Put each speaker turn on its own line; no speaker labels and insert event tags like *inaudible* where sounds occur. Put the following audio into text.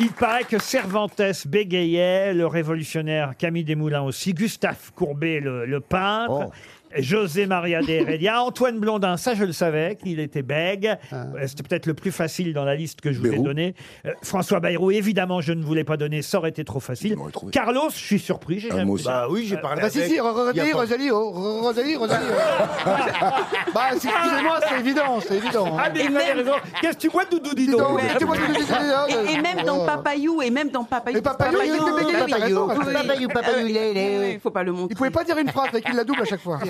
Il paraît que Cervantes bégayait, le révolutionnaire Camille Desmoulins aussi, Gustave Courbet, le, le
Oh.
peintre. José Maria
*laughs*
de Heredia, Antoine Blondin, ça je le savais, qu'il était bègue.
Ah.
Euh, C'était peut-être le plus facile dans la liste que je vous ai donnée. Euh, François Bayrou, évidemment, je ne voulais pas donner, ça aurait été trop facile. Carlos, je suis surpris, j'ai
Ah,
jamais-
moi aussi. Bah oui, j'ai parlé
Bah si, si, re- Rosalie, Rosalie, oh, re- Rosalie, Rosalie.
*laughs*
oh. bah c'est- excusez-moi, c'est évident, c'est évident.
Ah, mais
Et
vous avez raison. Qu'est-ce que tu bois, Doudou Dino
donc, tu vois, tu- tu- tu- tu-
Et, et même
oh.
dans Papayou, et même dans Papayou. euh,
Mais Papayou, il était bégayé, t'as raison.
oui, oui.
Papayou, Papayou,
Euh,
lé, lé, lé.
oui, faut pas le montrer.
Il pouvait pas dire une phrase, avec qu'il la double à chaque fois.